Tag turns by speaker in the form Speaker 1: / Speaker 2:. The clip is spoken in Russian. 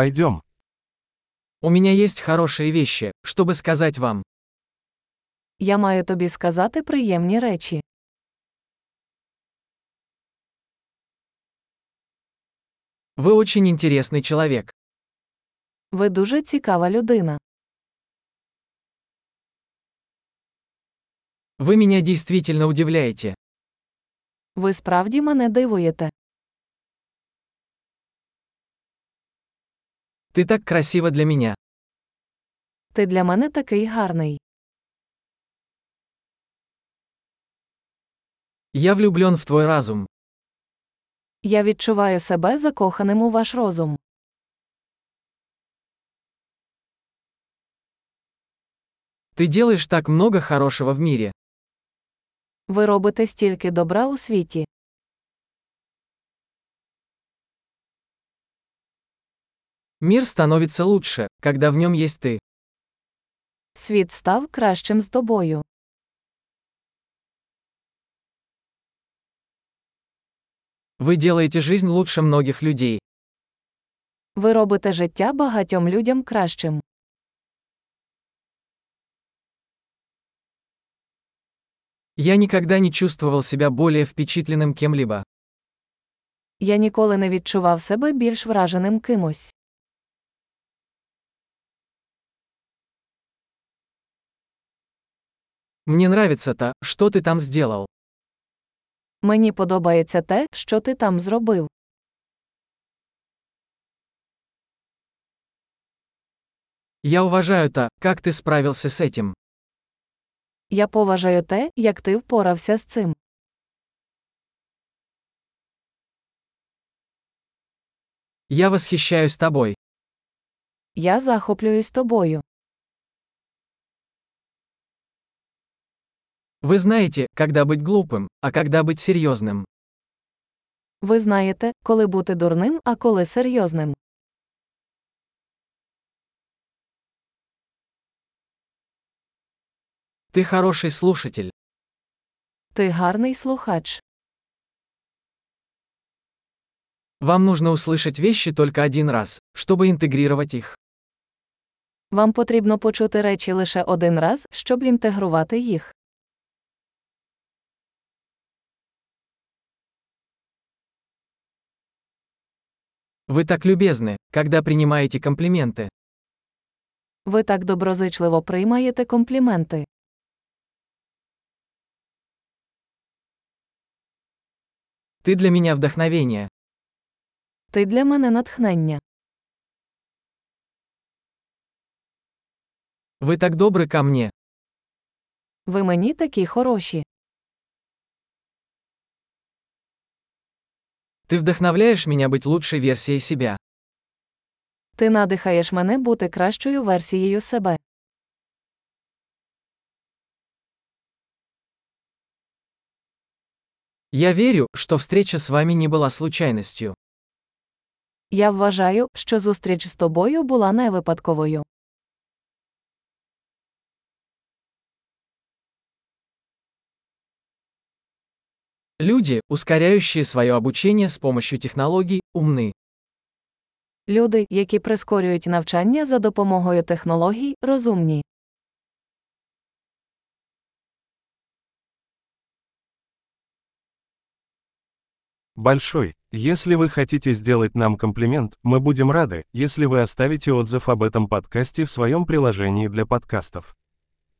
Speaker 1: Пойдем.
Speaker 2: У меня есть хорошие вещи, чтобы сказать вам.
Speaker 3: Я маю тобі сказати приємні речі.
Speaker 2: Вы очень интересный человек.
Speaker 3: Ви дуже цікава людина.
Speaker 2: Вы меня действительно удивляете.
Speaker 3: Ви справді мене дивуєте.
Speaker 2: Ты так красива для меня.
Speaker 3: Ти для мене такий гарний.
Speaker 2: Я влюблен в твой разум.
Speaker 3: Я відчуваю себе закоханим у ваш розум.
Speaker 2: Ты делаешь так много хорошего в мире.
Speaker 3: Ви робите стільки добра у світі.
Speaker 2: Мир становится лучше, когда в нем есть ты.
Speaker 3: Світ став кращим з тобою.
Speaker 2: Вы делаете жизнь лучше многих людей.
Speaker 3: Ви робите життя багатьом людям кращим.
Speaker 2: Я никогда не чувствовал себя более впечатленным кем-либо.
Speaker 3: Я ніколи не відчував себе більш враженим кимось.
Speaker 2: Мне нравится то, что ты там сделал.
Speaker 3: Мені подобається те, що ти там зробив.
Speaker 2: Я уважаю то, как ты справился с этим.
Speaker 3: Я поважаю те, як ти впорався з цим.
Speaker 2: Я восхищаюсь тобой.
Speaker 3: Я захоплююсь тобою.
Speaker 2: Вы знаете, когда быть глупым, а когда быть серьезным.
Speaker 3: Ви знаєте, коли бути дурним, а коли серйозним.
Speaker 2: Ты хороший слушатель.
Speaker 3: Ти гарний слухач.
Speaker 2: Вам нужно услышать вещи только один раз, чтобы интегрировать их.
Speaker 3: Вам потрібно почути речі лише один раз, щоб інтегрувати їх.
Speaker 2: Вы так любезны, когда принимаете комплименты.
Speaker 3: Ви так доброзичливо приймаєте компліменти.
Speaker 2: Ты для меня вдохновение.
Speaker 3: Ти для мене натхнення.
Speaker 2: Вы так добры ко мне.
Speaker 3: Ви мені такі хороші.
Speaker 2: Ты вдохновляешь меня быть лучшей версией себя.
Speaker 3: Ти надихаєш мене бути кращою версією себе.
Speaker 2: Я верю, что встреча с вами не была случайностью.
Speaker 3: Я вважаю, що зустріч з тобою була не випадковою.
Speaker 2: Люди, ускоряющие свое обучение с помощью технологий, умны.
Speaker 3: Люди, які прискорюють навчання за допомогою технологій, розумні.
Speaker 1: Большой. Если вы хотите сделать нам комплимент, мы будем рады, если вы оставите отзыв об этом подкасте в своем приложении для подкастов.